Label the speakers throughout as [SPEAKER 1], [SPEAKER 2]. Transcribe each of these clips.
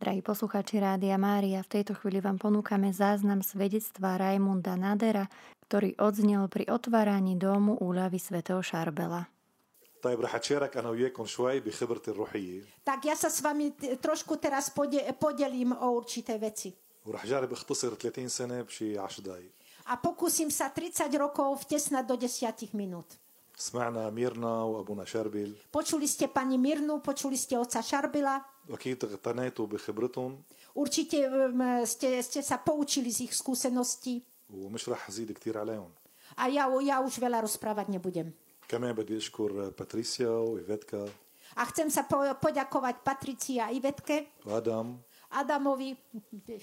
[SPEAKER 1] Drahí poslucháči Rádia Mária, v tejto chvíli vám ponúkame záznam svedectva Rajmunda Nadera, ktorý odznel pri otváraní domu úľavy svätého Šarbela.
[SPEAKER 2] طيب رح اتشارك انا وياكم شوي بخبرتي الروحيه
[SPEAKER 3] Tak ja sa s vami t- trošku teraz pode- podelím o určité veci.
[SPEAKER 2] ورح جرب اختصر 30 سنه بشي 10 دقائق
[SPEAKER 3] A pokúsim sa 30 rokov vtesnať do 10 minút.
[SPEAKER 2] سمعنا ميرنا وابونا شربل
[SPEAKER 3] Počuli ste pani Mirnu, počuli ste oca Šarbila,
[SPEAKER 2] واكيد اقتنيتوا بخبرتهم
[SPEAKER 3] určite um, ste, ste sa poučili z ich skúseností
[SPEAKER 2] ومش رح ازيد كثير عليهم
[SPEAKER 3] a ja, ja už veľa rozprávať nebudem.
[SPEAKER 2] كمان بدي اشكر باتريسيا وايفيتكا
[SPEAKER 3] A chcem sa po- poďakovať Patricii a Ivetke,
[SPEAKER 2] وادم
[SPEAKER 3] Adamovi, e,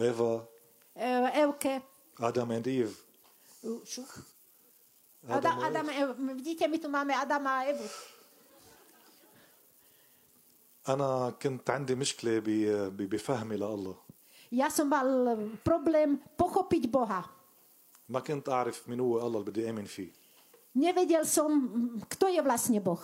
[SPEAKER 2] ايفا
[SPEAKER 3] Evke.
[SPEAKER 2] ادم اند ايف
[SPEAKER 3] Čo? Adam,
[SPEAKER 2] Adam
[SPEAKER 3] Adam, Ev, vidíte, my tu máme Adama a Evu.
[SPEAKER 2] انا كنت عندي مشكله ب- ب- بفهمي لله
[SPEAKER 3] Ja som mal eh, problém pochopiť Boha.
[SPEAKER 2] ما كنت اعرف مين هو الله اللي بدي امن فيه
[SPEAKER 3] Nevedel som, kto je vlastne Boh.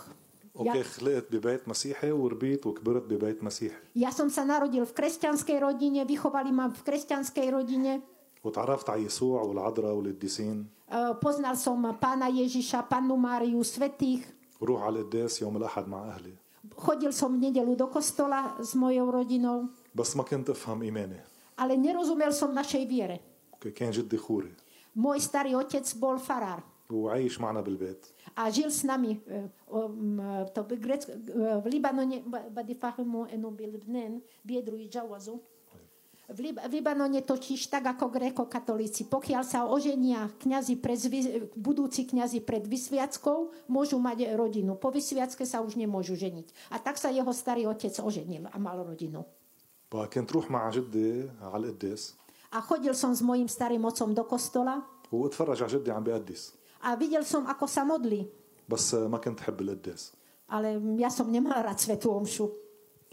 [SPEAKER 3] Ja,
[SPEAKER 2] اوكي خلقت ببيت مسيحي وربيت وكبرت ببيت مسيحي
[SPEAKER 3] ja som sa narodil v kresťanskej rodine, vychovali ma v kresťanskej rodine.
[SPEAKER 2] وتعرفت على يسوع والعذراء والقديسين
[SPEAKER 3] E, Poznal som pána Ježiša, pannu Máriu, svetých.
[SPEAKER 2] وروح على القداس يوم الاحد مع اهلي
[SPEAKER 3] Chodil som v nedelu do kostola s mojou rodinou,
[SPEAKER 2] بس ما كنت افهم ايماني
[SPEAKER 3] ale nerozumel som našej viere.
[SPEAKER 2] ك- كان جدي خوري
[SPEAKER 3] Môj starý otec bol farár
[SPEAKER 2] وعايش معنا بالبيت
[SPEAKER 3] a žil s nami e, o, m, to by grec- e, v Libanone, ba- badi fahimu enu bilbnen, biedru i džawazu. V, Lib- v Libanone totiž tak ako gréko-katolíci. Pokiaľ sa oženia kňazi pred zvy- budúci kňazi pred vysviackou, môžu mať rodinu. Po vysviacke sa už nemôžu ženiť. A tak sa jeho starý otec oženil a mal rodinu.
[SPEAKER 2] فكنت روح مع جدي على القداس
[SPEAKER 3] A chodil som s mojim starým otcom do kostola
[SPEAKER 2] واتفرج على جدي عم بيقدس
[SPEAKER 3] a videl som, ako sa modlí.
[SPEAKER 2] بس ما كنت حب القداس
[SPEAKER 3] Ale ja som nemala rád svetú omšu.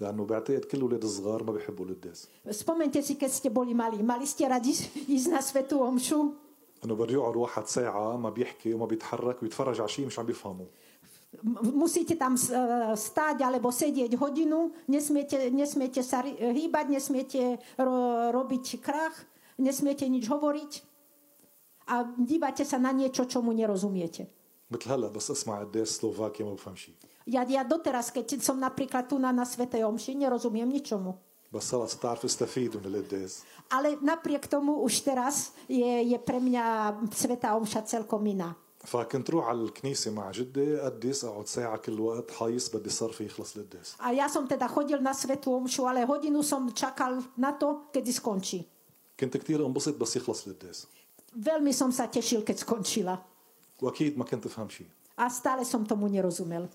[SPEAKER 2] لانه بعتقد كل الاولاد الصغار ما بيحبوا القداس
[SPEAKER 3] Spomente si, keď ste boli malí. Mali ste radi ísť na svetú omšu?
[SPEAKER 2] انه بده يقعد واحد ساعه ما بيحكي وما بيتحرك ويتفرج على شيء مش عم بيفهمه
[SPEAKER 3] M- Musíte tam s- e, stáť alebo sedieť hodinu, nesmiete, nesmiete sa ry- hýbať, nesmiete ro- robiť krach, nesmiete nič hovoriť a dívate sa na niečo, čomu nerozumiete.
[SPEAKER 2] مثل هلا بس اسمع قداس سلوفاكيا ما بفهم شيء
[SPEAKER 3] Ja, ja doteraz, keď som napríklad tu na, na Svetej Omši, nerozumiem ničomu.
[SPEAKER 2] بس خلص بتعرف استفيد من القداس
[SPEAKER 3] Ale napriek tomu už teraz je, je pre mňa Sveta Omša celkom iná.
[SPEAKER 2] فكنت روح على الكنيسه مع جدي قدس اقعد ساعه كل وقت حايص بدي صرفي يخلص القداس
[SPEAKER 3] A ja som teda chodil na svetú omšu, ale hodinu som čakal na to, kedy skončí.
[SPEAKER 2] كنت كتير انبسط بس يخلص القداس
[SPEAKER 3] Veľmi som sa tešil, keď skončila.
[SPEAKER 2] واكيد ما كنت افهم شيء
[SPEAKER 3] A stále som tomu nerozumel.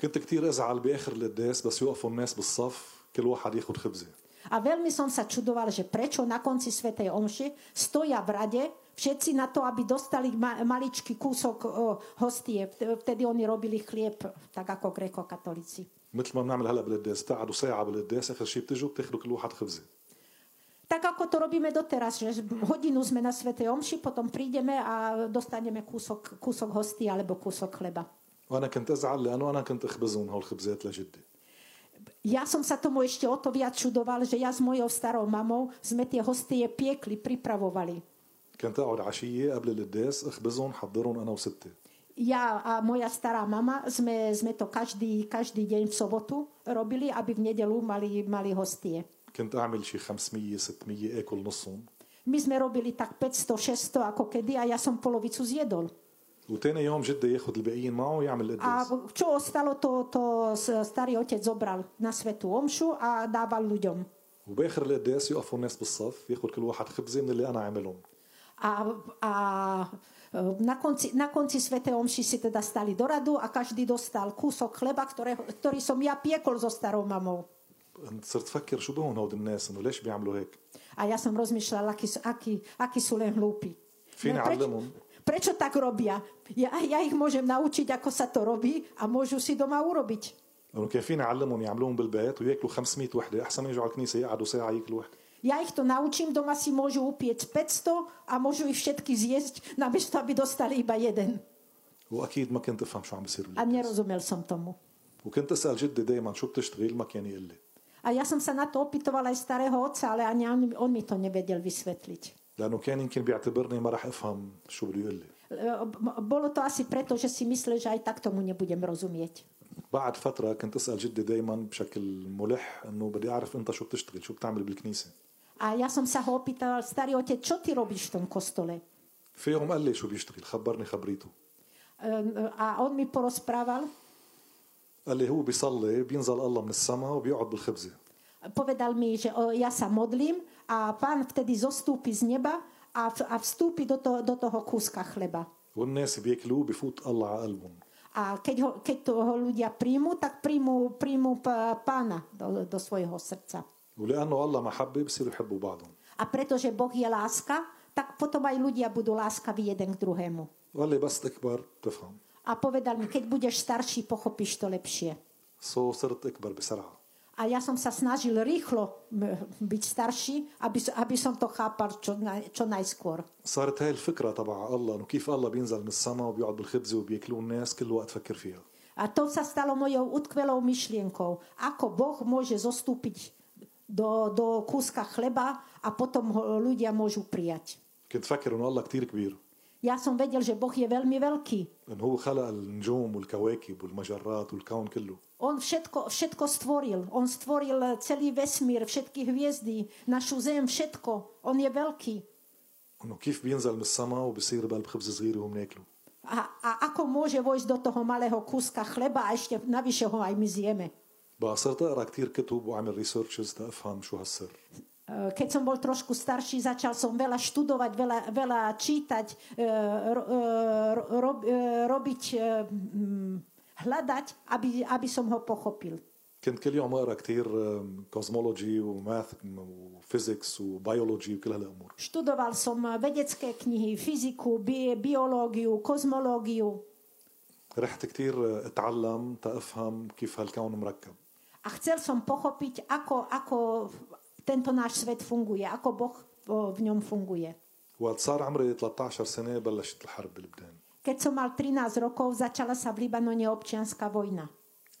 [SPEAKER 2] كنت كتير ازعل باخر القداس بس يوقفوا الناس بالصف كل واحد ياخذ خبزه
[SPEAKER 3] A veľmi som sa čudoval, že prečo na konci svetej omše stoja v rade všetci na to, aby dostali ma- maličký kúsok o, hostie. Vt- Vtedy oni robili chlieb, tak ako greko-katolíci.
[SPEAKER 2] مثل ما بنعمل هلا بالقداس بتقعدوا ساعه بالقداس اخر شيء بتجوا بتاخذوا كل واحد خبزه
[SPEAKER 3] Tak ako to robíme doteraz, že hodinu sme na svetej omši, potom prídeme a dostaneme kúsok, kúsok hostie alebo kúsok chleba.
[SPEAKER 2] وانا كنت ازعل لانه انا كنت اخبزهم هول الخبزات لجدي
[SPEAKER 3] Ja som sa tomu ešte o to viac čudoval, že ja s mojou starou mamou sme tie hostie piekli, pripravovali.
[SPEAKER 2] كنت اقعد عشيه قبل القداس اخبزهم حضرهم انا وستي
[SPEAKER 3] Ja a moja stará mama sme, sme to každý, každý deň v sobotu robili, aby v nedelu mali, mali hostie.
[SPEAKER 2] كنت اعمل شي 500 600 اكل نصهم
[SPEAKER 3] My sme robili tak 500, 600 ako kedy a ja som polovicu zjedol.
[SPEAKER 2] وتاني يوم جدي ياخذ الباقيين معه ويعمل
[SPEAKER 3] A
[SPEAKER 2] القداس
[SPEAKER 3] čo ostalo, to, to s- starý otec zobral na svetú omšu a dával ľuďom.
[SPEAKER 2] وباخر القداس يوقفوا الناس بالصف ياخذ كل واحد خبزه من اللي انا عاملهم
[SPEAKER 3] A, a e, na konci, na konci Sv. Omši si teda stali do radu a každý dostal kúsok chleba, ktorého, ktorý som ja piekol so starou mamou.
[SPEAKER 2] صرت فكر شو بهم هود الناس انه ليش بيعملوا هيك
[SPEAKER 3] A ja som rozmýšľala, akí, sú- akí, akí sú len hlúpi.
[SPEAKER 2] Fín
[SPEAKER 3] No, prečo,
[SPEAKER 2] Adlemom.
[SPEAKER 3] prečo tak robia? Ja, ja ich môžem naučiť, ako sa to robí a môžu si doma urobiť.
[SPEAKER 2] انه كان فيني اعلمهم يعملوهم بالبيت وياكلوا 500 وحده احسن ما يجوا على الكنيسه يقعدوا ساعه ياكلوا وحده
[SPEAKER 3] Ja ich to naučím, doma si môžu upieť 500 a môžu ich všetky zjesť, namiesto aby dostali iba jeden.
[SPEAKER 2] واكيد ما كنت افهم شو عم بيصير
[SPEAKER 3] A
[SPEAKER 2] بالبيت
[SPEAKER 3] nerozumel som tomu.
[SPEAKER 2] وكنت اسال جدي دائما شو بتشتغل ما كان يقول لي
[SPEAKER 3] A ja som sa na to opýtovala aj starého otca, ale ani on, on mi to nevedel vysvetliť.
[SPEAKER 2] لانه كان يمكن بيعتبرني ما راح افهم شو بده يقول لي
[SPEAKER 3] E, b- Bolo to asi preto, že si myslel, že aj tak tomu nebudem rozumieť.
[SPEAKER 2] بعد فتره كنت اسال جدي دائما بشكل ملح انه بدي اعرف انت شو بتشتغل شو بتعمل بالكنيسه
[SPEAKER 3] A ja som sa ho opýtala, starý otec, čo ty robíš v tom kostole?
[SPEAKER 2] في يوم قال لي شو بيشتغل خبرني خبريته
[SPEAKER 3] E, A on mi porozprával,
[SPEAKER 2] قال لي هو بيصلي بينزل الله من السماء وبيقعد بالخبزه
[SPEAKER 3] povedal mi, že o, ja sa modlím a pán vtedy zostúpi z neba a, v, a vstúpi do, to, do toho kúska chleba.
[SPEAKER 2] والناس بياكلوه بفوت الله على قلبهم
[SPEAKER 3] A keď, ho, keď toho ľudia príjmu, tak príjmu, príjmu p- pána do, do svojho srdca.
[SPEAKER 2] ولانه الله محبه بصيروا يحبوا بعضهم
[SPEAKER 3] A pretože Boh je láska, tak potom aj ľudia budú láskaví jeden k druhému.
[SPEAKER 2] وقال لي بس تكبر بتفهم
[SPEAKER 3] A povedal mi, keď budeš starší, pochopíš to lepšie.
[SPEAKER 2] سو صرت اكبر بسرعه
[SPEAKER 3] A ja som sa snažil rýchlo m, byť starší, aby, s- aby som to chápal čo, naj, čo najskôr.
[SPEAKER 2] صارت هاي الفكره تبع الله انه كيف الله بينزل من السماء وبيقعد بالخبزه وبياكلوه الناس كل وقت فكر فيها
[SPEAKER 3] A to sa stalo mojou utkvelou myšlienkou. Ako Boh môže zostúpiť do, do kúska chleba a potom ho ľudia môžu prijať.
[SPEAKER 2] كنت فكر انه الله كتير كبير
[SPEAKER 3] Ja som vedel, že Boh je veľmi veľký.
[SPEAKER 2] انه هو خلق النجوم والكواكب والمجرات والكون كله
[SPEAKER 3] On všetko, všetko stvoril. On stvoril eh, celý vesmír, všetky hviezdy, našu zem, všetko. On je veľký.
[SPEAKER 2] انه كيف بينزل من السماء وبصير بقلب خبز صغير وبناكله
[SPEAKER 3] A, a ako môže vojsť do toho malého kúska chleba a ešte navyše ho aj my zjeme.
[SPEAKER 2] بقى صرت اقرا كتير كتب واعمل ريسيرشز تفهم شو هالسر
[SPEAKER 3] E, Keď som bol trošku starší, začal som veľa študovať, veľa, veľa čítať, e, ro, e, ro, rob- e, robiť, e, mm, hľadať, aby, aby som ho pochopil.
[SPEAKER 2] كنت كل يوم اقرا كتير كوزمولوجي وماث وفيزيكس وبيولوجي وكل هالامور
[SPEAKER 3] Študoval som eh, vedecké knihy, fyziku, bi, biológiu, kozmológiu
[SPEAKER 2] رحت كتير اتعلم تفهم كيف هالكون مركب
[SPEAKER 3] a chcel som pochopiť, ako, ako tento náš svet funguje, ako Boh o, v ňom funguje.
[SPEAKER 2] وقت صار عمري 13 سنه بلشت الحرب بلبنان
[SPEAKER 3] Keď som mal 13 rokov, začala sa v Libanone občianská vojna.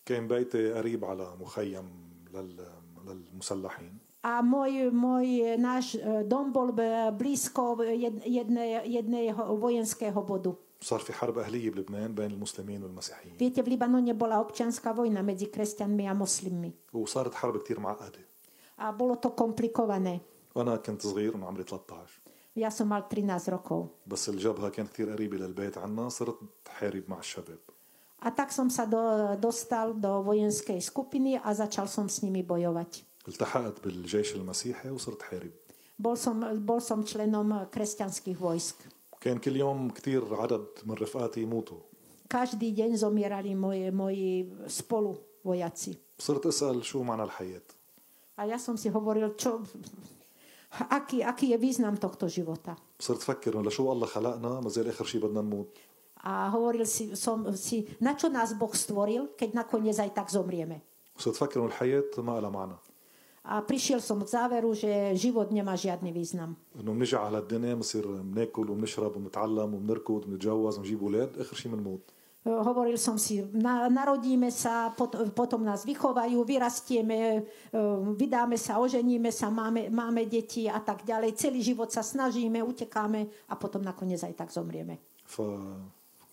[SPEAKER 2] كان بيتي قريب على مخيم لل... للمسلحين
[SPEAKER 3] A môj, môj náš e, dom bol e, blízko jed- jedne, jedného vojenského bodu.
[SPEAKER 2] صار في حرب أهلية بلبنان بين المسلمين والمسيحيين
[SPEAKER 3] Viete, v Libanone bola občianská vojna medzi kresťanmi a moslimmi.
[SPEAKER 2] وصارت حرب كتير معقدة
[SPEAKER 3] A bolo to komplikované.
[SPEAKER 2] أنا كنت صغير من عمري 13
[SPEAKER 3] Ja som mal 13 rokov.
[SPEAKER 2] بس الجبهة كانت كتير قريبة للبيت عنا صرت حارب مع الشباب
[SPEAKER 3] A tak som sa do, dostal do vojenskej skupiny a začal som s nimi bojovať.
[SPEAKER 2] التحقت بالجيش المسيحي وصرت حارب
[SPEAKER 3] Bol som, bol som členom eh, kresťanských vojsk.
[SPEAKER 2] كان كل يوم كتير عدد من رفقاتي يموتوا
[SPEAKER 3] Každý deň zomierali moje, moji spolu vojaci.
[SPEAKER 2] صرت أسأل شو معنى الحياة
[SPEAKER 3] A ja som si hovoril, čo, aký, aký je význam tohto života.
[SPEAKER 2] صرت فكر إنه لشو الله خلقنا ما زال آخر شي بدنا نموت
[SPEAKER 3] A hovoril si, som, si, na čo nás Boh stvoril, keď nakoniec aj tak zomrieme.
[SPEAKER 2] صرت فكر إنه الحياة ما لها معنى
[SPEAKER 3] A prišiel som k záveru, že život nemá žiadny význam.
[SPEAKER 2] انه بنجي على الدنيا بنصير بناكل وبنشرب وبنتعلم وبنركض وبنتجوز وبنجيب اولاد اخر شيء بنموت
[SPEAKER 3] E, Hovoril som si, na, narodíme sa, pot, potom nás vychovajú, vyrastieme, e, vydáme sa, oženíme sa, máme, máme deti a tak ďalej. Celý život sa snažíme, utekáme a potom nakoniec aj tak zomrieme.
[SPEAKER 2] ف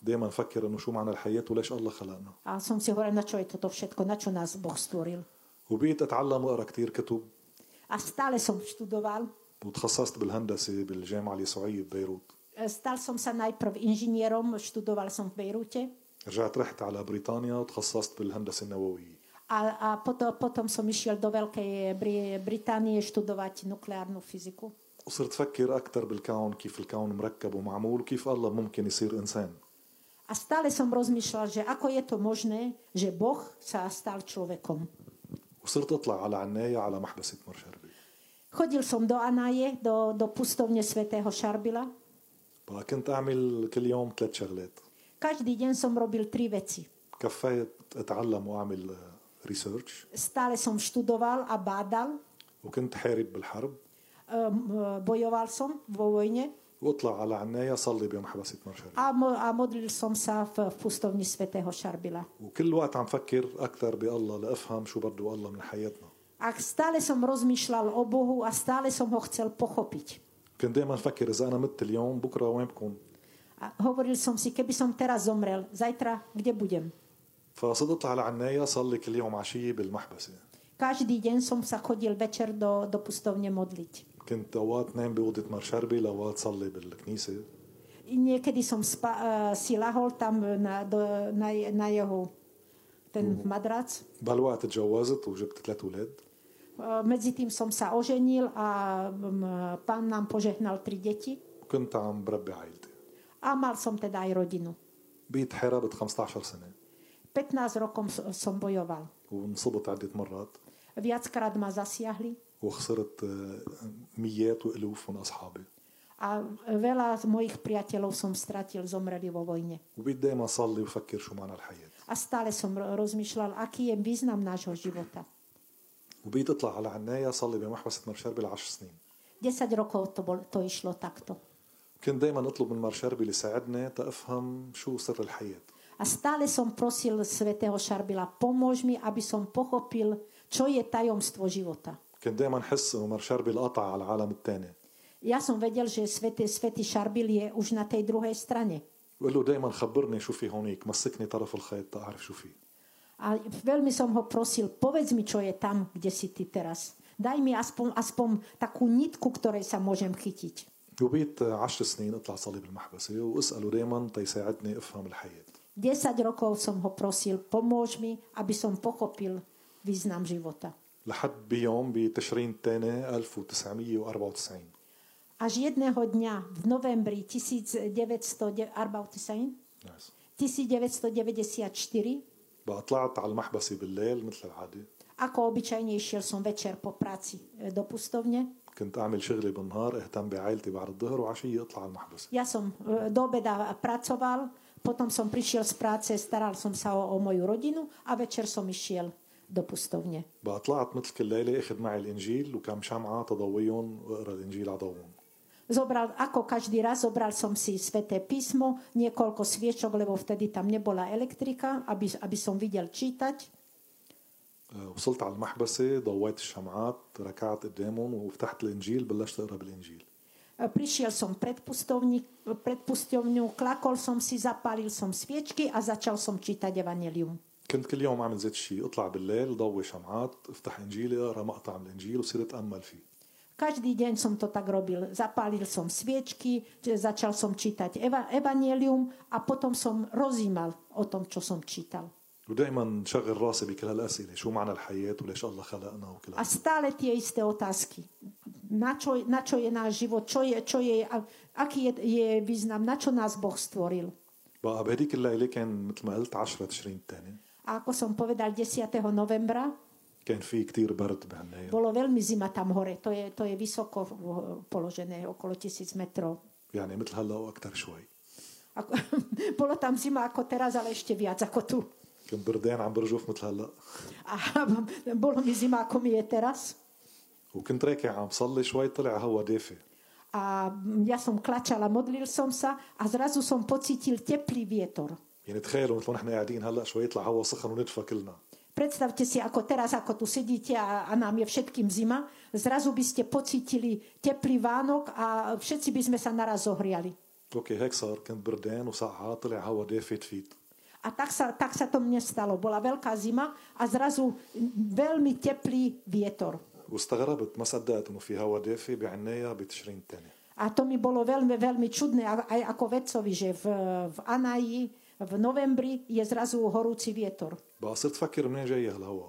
[SPEAKER 2] دائما نفكر انه شو معنى الحياه وليش الله خلقنا
[SPEAKER 3] A som si hovoril, na čo je toto všetko, na čo nás Boh stvoril.
[SPEAKER 2] وبقيت اتعلم واقرا كتير كتب
[SPEAKER 3] A stále som študoval.
[SPEAKER 2] وتخصصت بالهندسه بالجامعه اليسوعيه ببيروت
[SPEAKER 3] E, Stal som sa najprv inžinierom, študoval som v Bejrute
[SPEAKER 2] رجعت رحت على بريطانيا وتخصصت بالهندسه النوويه
[SPEAKER 3] a, a potom, potom som išiel do Veľkej Bri- Británie študovať nukleárnu fyziku.
[SPEAKER 2] وصرت فكر اكثر بالكون كيف الكون مركب ومعمول وكيف الله ممكن يصير انسان
[SPEAKER 3] A stále som rozmýšľal, že ako je to možné, že Boh sa stal človekom.
[SPEAKER 2] وصرت اطلع على عنايه على محبسه مرشربي
[SPEAKER 3] Chodil som do Anaje, do, do pustovne svätého Šarbila.
[SPEAKER 2] بقى كنت اعمل كل يوم ثلاث شغلات
[SPEAKER 3] Každý deň som robil tri veci.
[SPEAKER 2] كفيت اتعلم واعمل ريسيرش
[SPEAKER 3] Stále som študoval a bádal, e,
[SPEAKER 2] وكنت حارب بالحرب
[SPEAKER 3] um, bojoval som vo vojne
[SPEAKER 2] واطلع على عناية صلي بمحبسة مرشد
[SPEAKER 3] a, mo- a modlil som sa v, v pustovni svätého Šarbila.
[SPEAKER 2] وكل وقت عم فكر أكثر بالله لأفهم شو بده الله من حياتنا
[SPEAKER 3] A stále som rozmýšľal o Bohu a stále som ho chcel pochopiť.
[SPEAKER 2] كنت دائما افكر اذا انا مت اليوم بكره وين بكون
[SPEAKER 3] A hovoril som si, keby som teraz zomrel, zajtra kde budem?
[SPEAKER 2] فصدت على عناية صار لي كل يوم عشية بالمحبسة
[SPEAKER 3] Každý deň som sa chodil večer do, do pustovne modliť.
[SPEAKER 2] كنت اوقات نام باوضه مرشربي اوقات صلي بالكنيسه
[SPEAKER 3] I niekedy som spa, uh, si lahol tam na, do, na, je- na jeho ten madrac. E,
[SPEAKER 2] بهالوقت تجوزت وجبت ثلاث اولاد
[SPEAKER 3] Uh, Medzi tým som sa oženil a um, pán nám požehnal tri deti.
[SPEAKER 2] وكنت عم بربي عائلتي
[SPEAKER 3] A mal som teda aj rodinu.
[SPEAKER 2] بقيت حاربت 15 سنه
[SPEAKER 3] 15 rokov s- som bojoval.
[SPEAKER 2] وانصبت عده مرات
[SPEAKER 3] Viackrát ma zasiahli
[SPEAKER 2] وخسرت آه، ميات والوف من اصحابي
[SPEAKER 3] a veľa z mojich priateľov som stratil, zomreli vo vojne.
[SPEAKER 2] وبقيت دائما صلي وفكر شو معنى الحياه
[SPEAKER 3] A stále som ro- rozmýšľal, aký je význam nášho života.
[SPEAKER 2] وبقيت اطلع على عناية صلي بمحبسه مرشربي لعشر سنين
[SPEAKER 3] 10 rokov to, bol, to išlo takto.
[SPEAKER 2] كنت دائما اطلب من مرشربي اللي يساعدني تافهم شو سر الحياه
[SPEAKER 3] A stále som prosil svätého Šarbila, pomôž mi, aby som pochopil, čo je tajomstvo života.
[SPEAKER 2] كنت دائما حس انه مرشربي القطع على العالم الثاني
[SPEAKER 3] Ja som vedel, že svätý, svätý Šarbil je už na tej druhej strane.
[SPEAKER 2] بقول له دائما خبرني شو في هونيك مسكني طرف الخيط تعرف شو في
[SPEAKER 3] A veľmi som ho prosil, povedz mi, čo je tam, kde si ty teraz. Daj mi aspoň, aspoň takú nitku, ktorej sa môžem chytiť.
[SPEAKER 2] وبقيت عشر سنين اطلع صلي بالمحبسة واسأله دائما تيساعدني افهم الحياة
[SPEAKER 3] 10 rokov som ho prosil, pomôž mi, aby som pochopil význam života.
[SPEAKER 2] لحد بيوم بتشرين الثاني 1994
[SPEAKER 3] Až jedného dňa v novembri 1900, Arbautisajn,
[SPEAKER 2] نايس
[SPEAKER 3] 1994,
[SPEAKER 2] بقى طلعت على المحبسة بالليل مثل العادة
[SPEAKER 3] ako obyčajne išiel som večer po práci e, do pustovne.
[SPEAKER 2] كنت أعمل شغلي بالنهار أهتم بعائلتي بعد الظهر وعشية أطلع على المحبسة
[SPEAKER 3] Ja som e, do obeda pracoval, potom som prišiel z práce, staral som sa o, o moju rodinu a večer som išiel do pustovne.
[SPEAKER 2] بقى طلعت مثل كل ليلة أخذ معي الإنجيل وكم شمعة تضويهم وأقرأ الإنجيل على ضوءهم
[SPEAKER 3] Zobral, ako každý raz, zobral som si sveté písmo, niekoľko sviečok, lebo vtedy tam nebola elektrika, aby, aby som videl čítať.
[SPEAKER 2] آه، وصلت على المحبسة ضويت الشمعات ركعت قدامهم وفتحت الإنجيل بلشت أقرأ بالإنجيل
[SPEAKER 3] E, Prišiel som pred, pustovni, pred pustovňu, klakol som si, zapálil som sviečky a začal som čítať evanelium.
[SPEAKER 2] كنت كل يوم اعمل ذات الشيء اطلع بالليل ضوي شمعات افتح انجيلي اقرا مقطع من الانجيل وصير اتامل فيه
[SPEAKER 3] Každý deň som to tak robil. Zapálil som sviečky, či- začal som čítať eva, evanelium a potom som rozímal o tom, čo som čítal.
[SPEAKER 2] ودائما شغل راسي بكل هالاسئله شو معنى الحياه وليش الله خلقنا وكل
[SPEAKER 3] A
[SPEAKER 2] هال-
[SPEAKER 3] stále tie isté otázky. Na čo, na čo je náš život? Čo je, čo je, a- aký je, je význam? Na čo nás Boh stvoril?
[SPEAKER 2] بقى بهديك الليله كان مثل ما قلت 10 تشرين الثاني
[SPEAKER 3] A ako som povedal, 10. novembra
[SPEAKER 2] كان في كتير برد بهالليل
[SPEAKER 3] bolo veľmi zima tam hore. To je, to je vysoko v- položené, okolo 1000 metrov.
[SPEAKER 2] يعني مثل هلا واكثر شوي
[SPEAKER 3] Ako, bolo tam zima ako teraz, ale ešte viac ako tu.
[SPEAKER 2] كنت بردان عم برجف مثل هلا
[SPEAKER 3] A bolo mi zima, ako mi je teraz.
[SPEAKER 2] وكنت راكع عم صلي شوي طلع هوا دافي
[SPEAKER 3] A ja som klačala, modlil som sa a zrazu som pocítil teplý vietor.
[SPEAKER 2] يعني تخيلوا مثل ما نحن قاعدين هلا شوي يطلع هوا سخن وندفى كلنا
[SPEAKER 3] Predstavte si, ako teraz, ako tu sedíte a, a nám je všetkým zima, zrazu by ste pocítili teplý vánok a všetci by sme sa naraz zohriali.
[SPEAKER 2] اوكي هيك صار كنت بردان وسقعه طلع هوا دافي تفيت
[SPEAKER 3] A tak sa, tak sa to mne stalo. Bola veľká zima a zrazu veľmi teplý vietor.
[SPEAKER 2] واستغربت ما صدقت انه في هوا دافي بعناية بتشرين الثاني
[SPEAKER 3] A to mi bolo veľmi, veľmi čudné a- aj ako vedcovi, že v, v Anaji v novembri je zrazu horúci vietor.
[SPEAKER 2] بقى صرت فكر منين جاي هالهوا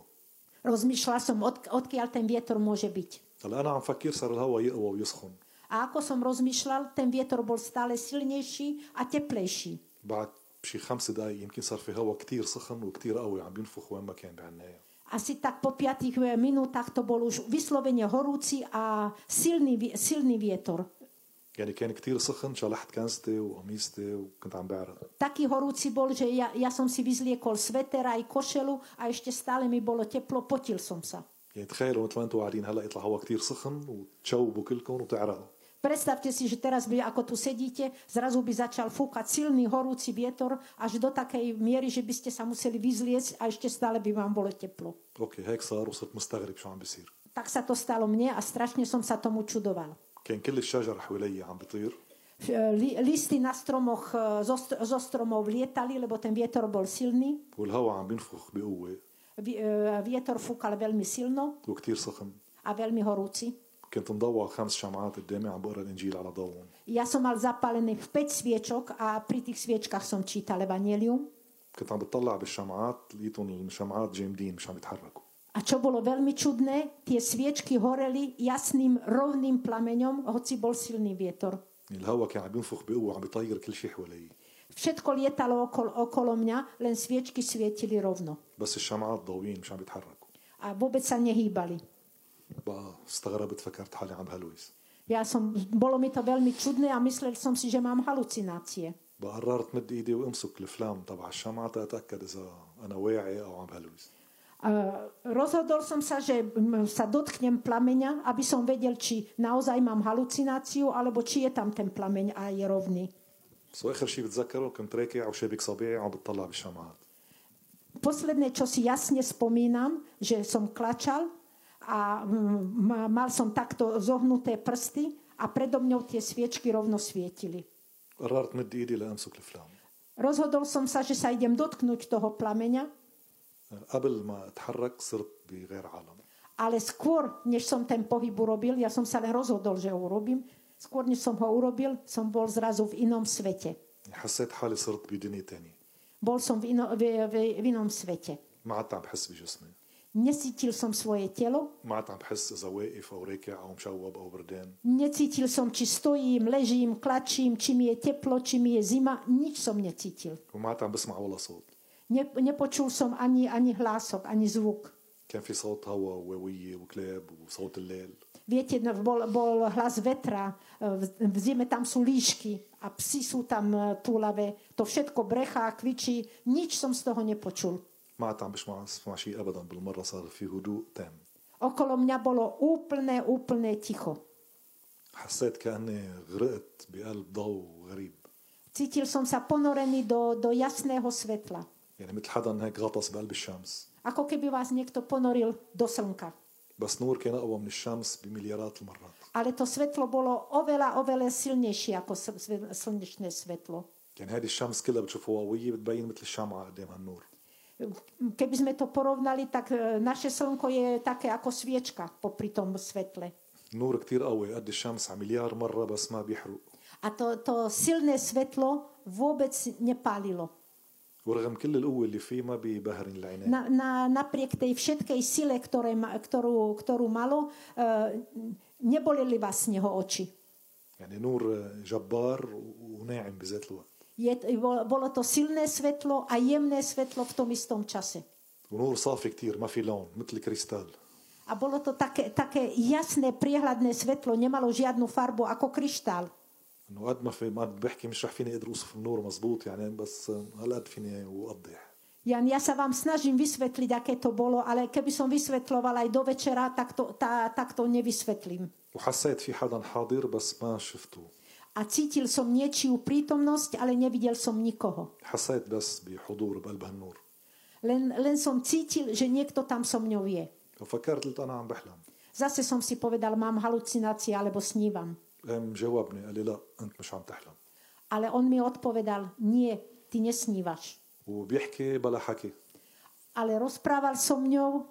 [SPEAKER 3] Rozmýšľala som, od, odkiaľ ten vietor môže byť.
[SPEAKER 2] هلا انا عم فكر صار الهوا يقوى ويسخن
[SPEAKER 3] A ako som rozmýšľal, ten vietor bol stále silnejší a teplejší.
[SPEAKER 2] بعد بشي خمس دقايق يمكن صار في هوا كتير سخن وكتير قوي عم بينفخ وين ما كان بعناية
[SPEAKER 3] Asi tak po 5 minútach to bol už vyslovene horúci a silný, vi- silný vietor.
[SPEAKER 2] يعني كان كتير سخن شلحت كنزتي وقميصتي وكنت عم بعرق
[SPEAKER 3] Taký horúci bol, že ja, ja som si vyzliekol sveter aj košelu a ešte stále mi bolo teplo, potil som sa.
[SPEAKER 2] يعني تخيلوا مثل ما انتم قاعدين هلا يطلع هوا كتير سخن وتشوبوا كلكم وتعرقوا
[SPEAKER 3] Predstavte si, že teraz by, ako tu sedíte, zrazu by začal fúkať silný horúci vietor až do takej miery, že by ste sa museli vyzliecť a ešte stále by vám bolo teplo.
[SPEAKER 2] اوكي هيك صار وصرت مستغرب شو عم بيصير
[SPEAKER 3] Tak sa to stalo mne a strašne som sa tomu čudoval.
[SPEAKER 2] كان كل الشجر حوالي عم بيطير
[SPEAKER 3] E, li- Listy na stromoch e, zo, st- zo stromov lietali, lebo ten vietor bol silný.
[SPEAKER 2] والهواء عم بينفخ بقوه
[SPEAKER 3] Vi- e, Vietor fúkal veľmi silno
[SPEAKER 2] وكتير سخن
[SPEAKER 3] a veľmi horúci.
[SPEAKER 2] كنت مضوع خمس شمعات قدامي عم بقرا الانجيل على ضوءهم
[SPEAKER 3] Ja som mal zapálených 5 sviečok a pri tých sviečkach som čítal Evangelium.
[SPEAKER 2] كنت عم بتطلع بالشمعات لقيتهم الشمعات جامدين مش عم يتحركوا
[SPEAKER 3] A čo bolo veľmi čudné, tie sviečky horeli jasným, rovným plameňom, hoci bol silný vietor.
[SPEAKER 2] يعني الهواء كان عم ينفخ بقوه عم بيطير كل شيء حوالي
[SPEAKER 3] Všetko lietalo okolo, okolo mňa, len sviečky svietili rovno.
[SPEAKER 2] بس الشمعات ضوئين مش عم يتحركوا
[SPEAKER 3] A vôbec sa nehýbali.
[SPEAKER 2] بقى استغربت فكرت حالي عم بهلوس
[SPEAKER 3] Ja som, bolo mi to veľmi čudné a myslel som si, že mám halucinácie.
[SPEAKER 2] بقى قررت مد ايدي وامسك الفلام تبع الشمعة تأتأكد إذا أنا واعي أو عم بهلوس
[SPEAKER 3] A rozhodol som sa, že mm, sa dotknem plameňa, aby som vedel, či naozaj mám halucináciu, alebo či je tam ten plameň a je rovný.
[SPEAKER 2] بس آخر شيء بتذكره كنت راكع وشابك صبيعي وعم بتطلع بالشمعات
[SPEAKER 3] Posledné, čo si jasne spomínam, že som klačal a mm, ma- mal som takto zohnuté prsty a predo mňou tie sviečky rovno svietili.
[SPEAKER 2] قررت مد ايدي لامسك الفلام
[SPEAKER 3] Rozhodol som sa, že sa idem dotknúť toho plameňa,
[SPEAKER 2] قبل ما اتحرك صرت بغير عالم
[SPEAKER 3] ale skôr, než som ten pohyb urobil, ja som sa len rozhodol, že ho urobím, skôr, než som ho urobil, som bol zrazu v inom svete.
[SPEAKER 2] يعني حسيت حالي صرت بدنيا تانية
[SPEAKER 3] Bol som v, ino, v, v, v inom svete.
[SPEAKER 2] ما عدت عم بحس بجسمي
[SPEAKER 3] Necítil som svoje telo,
[SPEAKER 2] ما عدت عم بحس اذا واقف او راكع او مشوب او بردان
[SPEAKER 3] necítil som, či stojím, ležím, klačím, či mi je teplo, či mi je zima, nič som necítil.
[SPEAKER 2] وما عدت عم بسمع ولا صوت
[SPEAKER 3] Ne, nepočul som ani, ani hlások, ani zvuk.
[SPEAKER 2] كان في صوت هوا وواوية وكلاب وصوت الليل
[SPEAKER 3] Viete, no, bol, bol hlas vetra, e, v, v zime tam sú líšky a psi sú tam e, túlavé. To všetko brechá, kvičí, nič som z toho nepočul.
[SPEAKER 2] ما عدت عم بسمع اسمع شيء ابدا بالمره صار في هدوء تام
[SPEAKER 3] Okolo mňa bolo úplné, úplné ticho.
[SPEAKER 2] حسيت كاني غرقت بقلب ضوء غريب
[SPEAKER 3] Cítil som sa ponorený do, do jasného svetla.
[SPEAKER 2] يعني مثل حدا هيك غطس بقلب الشمس
[SPEAKER 3] Ako keby vás niekto ponoril do slnka.
[SPEAKER 2] بس نور كان اقوى من الشمس بمليارات المرات
[SPEAKER 3] Ale to svetlo bolo oveľa, oveľa silnejšie ako sl- sl- slnečné svetlo.
[SPEAKER 2] يعني هذه الشمس كلها بتشوفها واوية بتبين مثل الشمعة قدام هالنور
[SPEAKER 3] Keby sme to porovnali, tak e, naše slnko je také ako sviečka popri tom svetle.
[SPEAKER 2] النور كتير قوي قد الشمس على مليار مرة بس ما بيحرق
[SPEAKER 3] A to, to silné svetlo vôbec nepálilo.
[SPEAKER 2] ورغم كل القوة اللي فيه ما بيبهرن العينين
[SPEAKER 3] Na, na, napriek tej všetkej sile, ktoré, ma- ktorú, ktorú malo, e, neboleli vás z neho oči.
[SPEAKER 2] يعني نور جبار وناعم بذات الوقت
[SPEAKER 3] Je, bolo- bolo to silné svetlo a jemné svetlo v tom istom čase.
[SPEAKER 2] ونور صافي كتير ما في لون مثل كريستال
[SPEAKER 3] A bolo to také, také jasné, priehľadné svetlo, nemalo žiadnu farbu ako kryštál.
[SPEAKER 2] انه قد ما في ما بحكي مش رح فيني اقدر اوصف النور مزبوط يعني بس هالقد فيني اوضح
[SPEAKER 3] Jan, ja sa vám snažím vysvetliť, aké to bolo, ale keby som vysvetlovala aj do večera, tak to, tá, tak to nevysvetlím.
[SPEAKER 2] وحسيت في حدا حاضر بس ما شفته
[SPEAKER 3] A cítil som niečiu prítomnosť, ale nevidel som nikoho.
[SPEAKER 2] حسيت بس بحضور بقلب هالنور
[SPEAKER 3] Len, len som cítil, že niekto tam so mňou je.
[SPEAKER 2] ففكرت قلت انا عم بحلم
[SPEAKER 3] Zase som si povedal, mám halucinácie alebo snívam.
[SPEAKER 2] قام جاوبني قال لي لا انت مش عم تحلم
[SPEAKER 3] Ale on mi odpovedal, nie, ty nesnívaš.
[SPEAKER 2] وبيحكي بلا حكي
[SPEAKER 3] Ale rozprával so mňou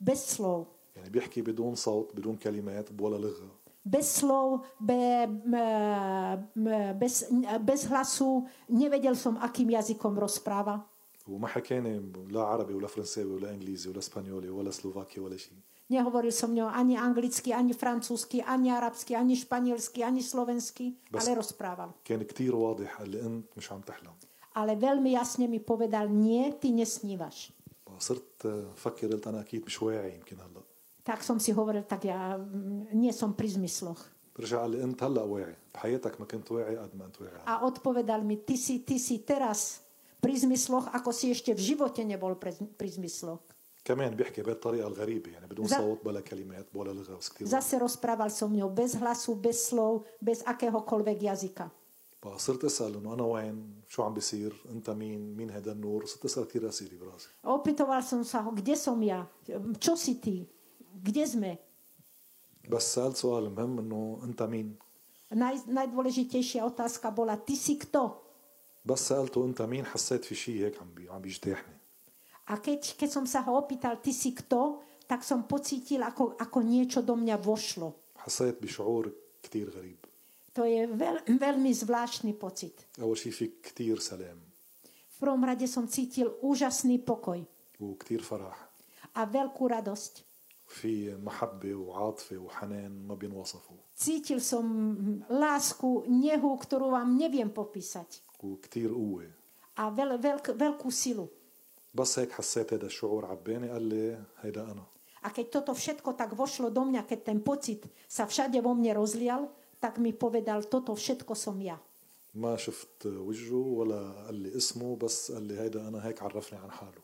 [SPEAKER 3] bez slov.
[SPEAKER 2] يعني بيحكي بدون صوت بدون كلمات ولا لغه
[SPEAKER 3] Bez slov, be, m, m, bez, bez hlasu. Nevedel som, akým jazykom rozpráva.
[SPEAKER 2] وما حكاني لا عربي ولا فرنساوي ولا انجليزي ولا اسبانيولي ولا سلوفاكي ولا شيء
[SPEAKER 3] Nehovoril som mňou ani anglicky, ani francúzsky, ani arabsky, ani španielsky, ani slovensky,
[SPEAKER 2] Bez-
[SPEAKER 3] ale rozprával.
[SPEAKER 2] كان كتير واضح قال لي انت مش عم تحلم
[SPEAKER 3] Ale veľmi jasne mi povedal, nie, ty nesnívaš.
[SPEAKER 2] صرت فكر قلت انا اكيد مش واعي يمكن هلا
[SPEAKER 3] Tak som si hovoril, tak ja mm, nie som pri zmysloch.
[SPEAKER 2] برجع قال لي انت هلا واعي بحياتك ما كنت واعي قد ما انت واعي هلأ.
[SPEAKER 3] A odpovedal mi, ty si, ty si teraz pri zmysloch, ako si ešte v živote nebol pre, pri zmysloch.
[SPEAKER 2] كمان بيحكي بهالطريقه الغريبه يعني بدون
[SPEAKER 3] ز-
[SPEAKER 2] صوت بلا كلمات بلا لغه بس كثير
[SPEAKER 3] Zase rozprával so mnou bez hlasu, bez slov, bez akéhokoľvek jazyka.
[SPEAKER 2] فصرت اسال انه انا وين؟ شو عم بيصير؟ انت مين؟ مين هذا النور؟ صرت اسال كثير اسئله براسي
[SPEAKER 3] Opýtoval som sa ho, kde som ja, čo si ty, kde sme.
[SPEAKER 2] بس سالت سؤال مهم انه انت مين؟
[SPEAKER 3] Naj, najdôležitejšia otázka bola, ty si kto?
[SPEAKER 2] بس سالته انت مين حسيت في شيء هيك عم بي عم بيجتاحني
[SPEAKER 3] A keď, keď som sa ho opýtal, ty si kto, tak som pocítil, ako, ako niečo do mňa vošlo.
[SPEAKER 2] حسيت بشعور كثير غريب
[SPEAKER 3] To je veľ, veľmi zvláštny pocit.
[SPEAKER 2] اول شيء في كثير سلام
[SPEAKER 3] V prvom rade som cítil úžasný pokoj
[SPEAKER 2] وكثير فرح
[SPEAKER 3] a veľkú radosť.
[SPEAKER 2] في محبه وعاطفه وحنان ما بينوصفوا
[SPEAKER 3] Cítil som lásku, nehu, ktorú vám neviem popísať.
[SPEAKER 2] وكثير قوه
[SPEAKER 3] A veľ, veľk, veľkú silu.
[SPEAKER 2] بس هيك حسيت هذا الشعور عباني قال لي هيدا انا
[SPEAKER 3] A keď toto všetko tak vošlo do mňa, keď ten pocit sa všade vo mne rozlial, tak mi povedal, toto všetko som ja.
[SPEAKER 2] ما شفت وجهه ولا قال لي اسمه بس قال لي هيدا انا هيك عرفني عن حاله